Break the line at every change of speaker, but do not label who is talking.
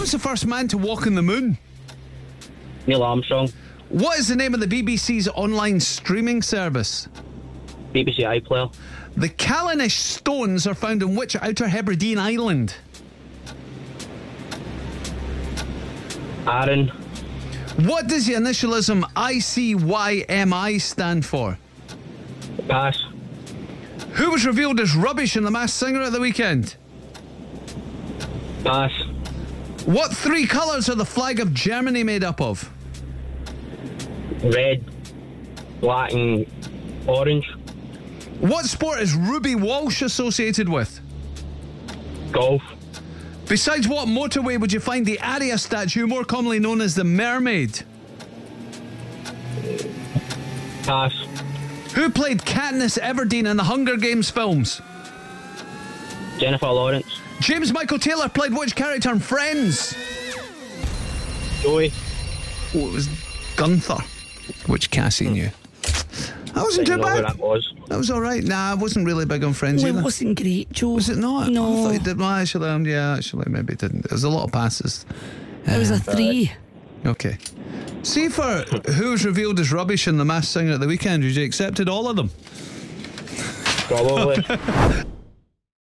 was the first man to walk on the moon?
Neil Armstrong,
What is the name of the BBC's online streaming service?
BBC iPlayer,
The Callanish stones are found in which Outer Hebridean island?
Aaron,
What does the initialism ICYMI stand for?
pass,
Who was revealed as rubbish in The Masked Singer at the weekend?
pass,
What three colours are the flag of Germany made up of?
red, black, and orange,
What sport is Ruby Walsh associated with?
golf,
Besides what motorway would you find the Aria statue, more commonly known as the Mermaid?
pass,
Who played Katniss Everdeen in the Hunger Games films?
Jennifer Lawrence,
James Michael Taylor played which character in Friends?
Joey,
Oh, it was Gunther, which Cassie knew. That wasn't
didn't
too
know who
bad.
that was.
That was all right. Nah, I wasn't really big on Friends
Well,
either.
it wasn't great, Joe.
Was it not? I
No.
thought it did. Well, actually, um, yeah, actually, maybe it didn't. There was a lot of passes.
It was a three.
Okay. See for who was revealed as rubbish in The Masked Singer at the weekend, would you accepted all of them?
Probably.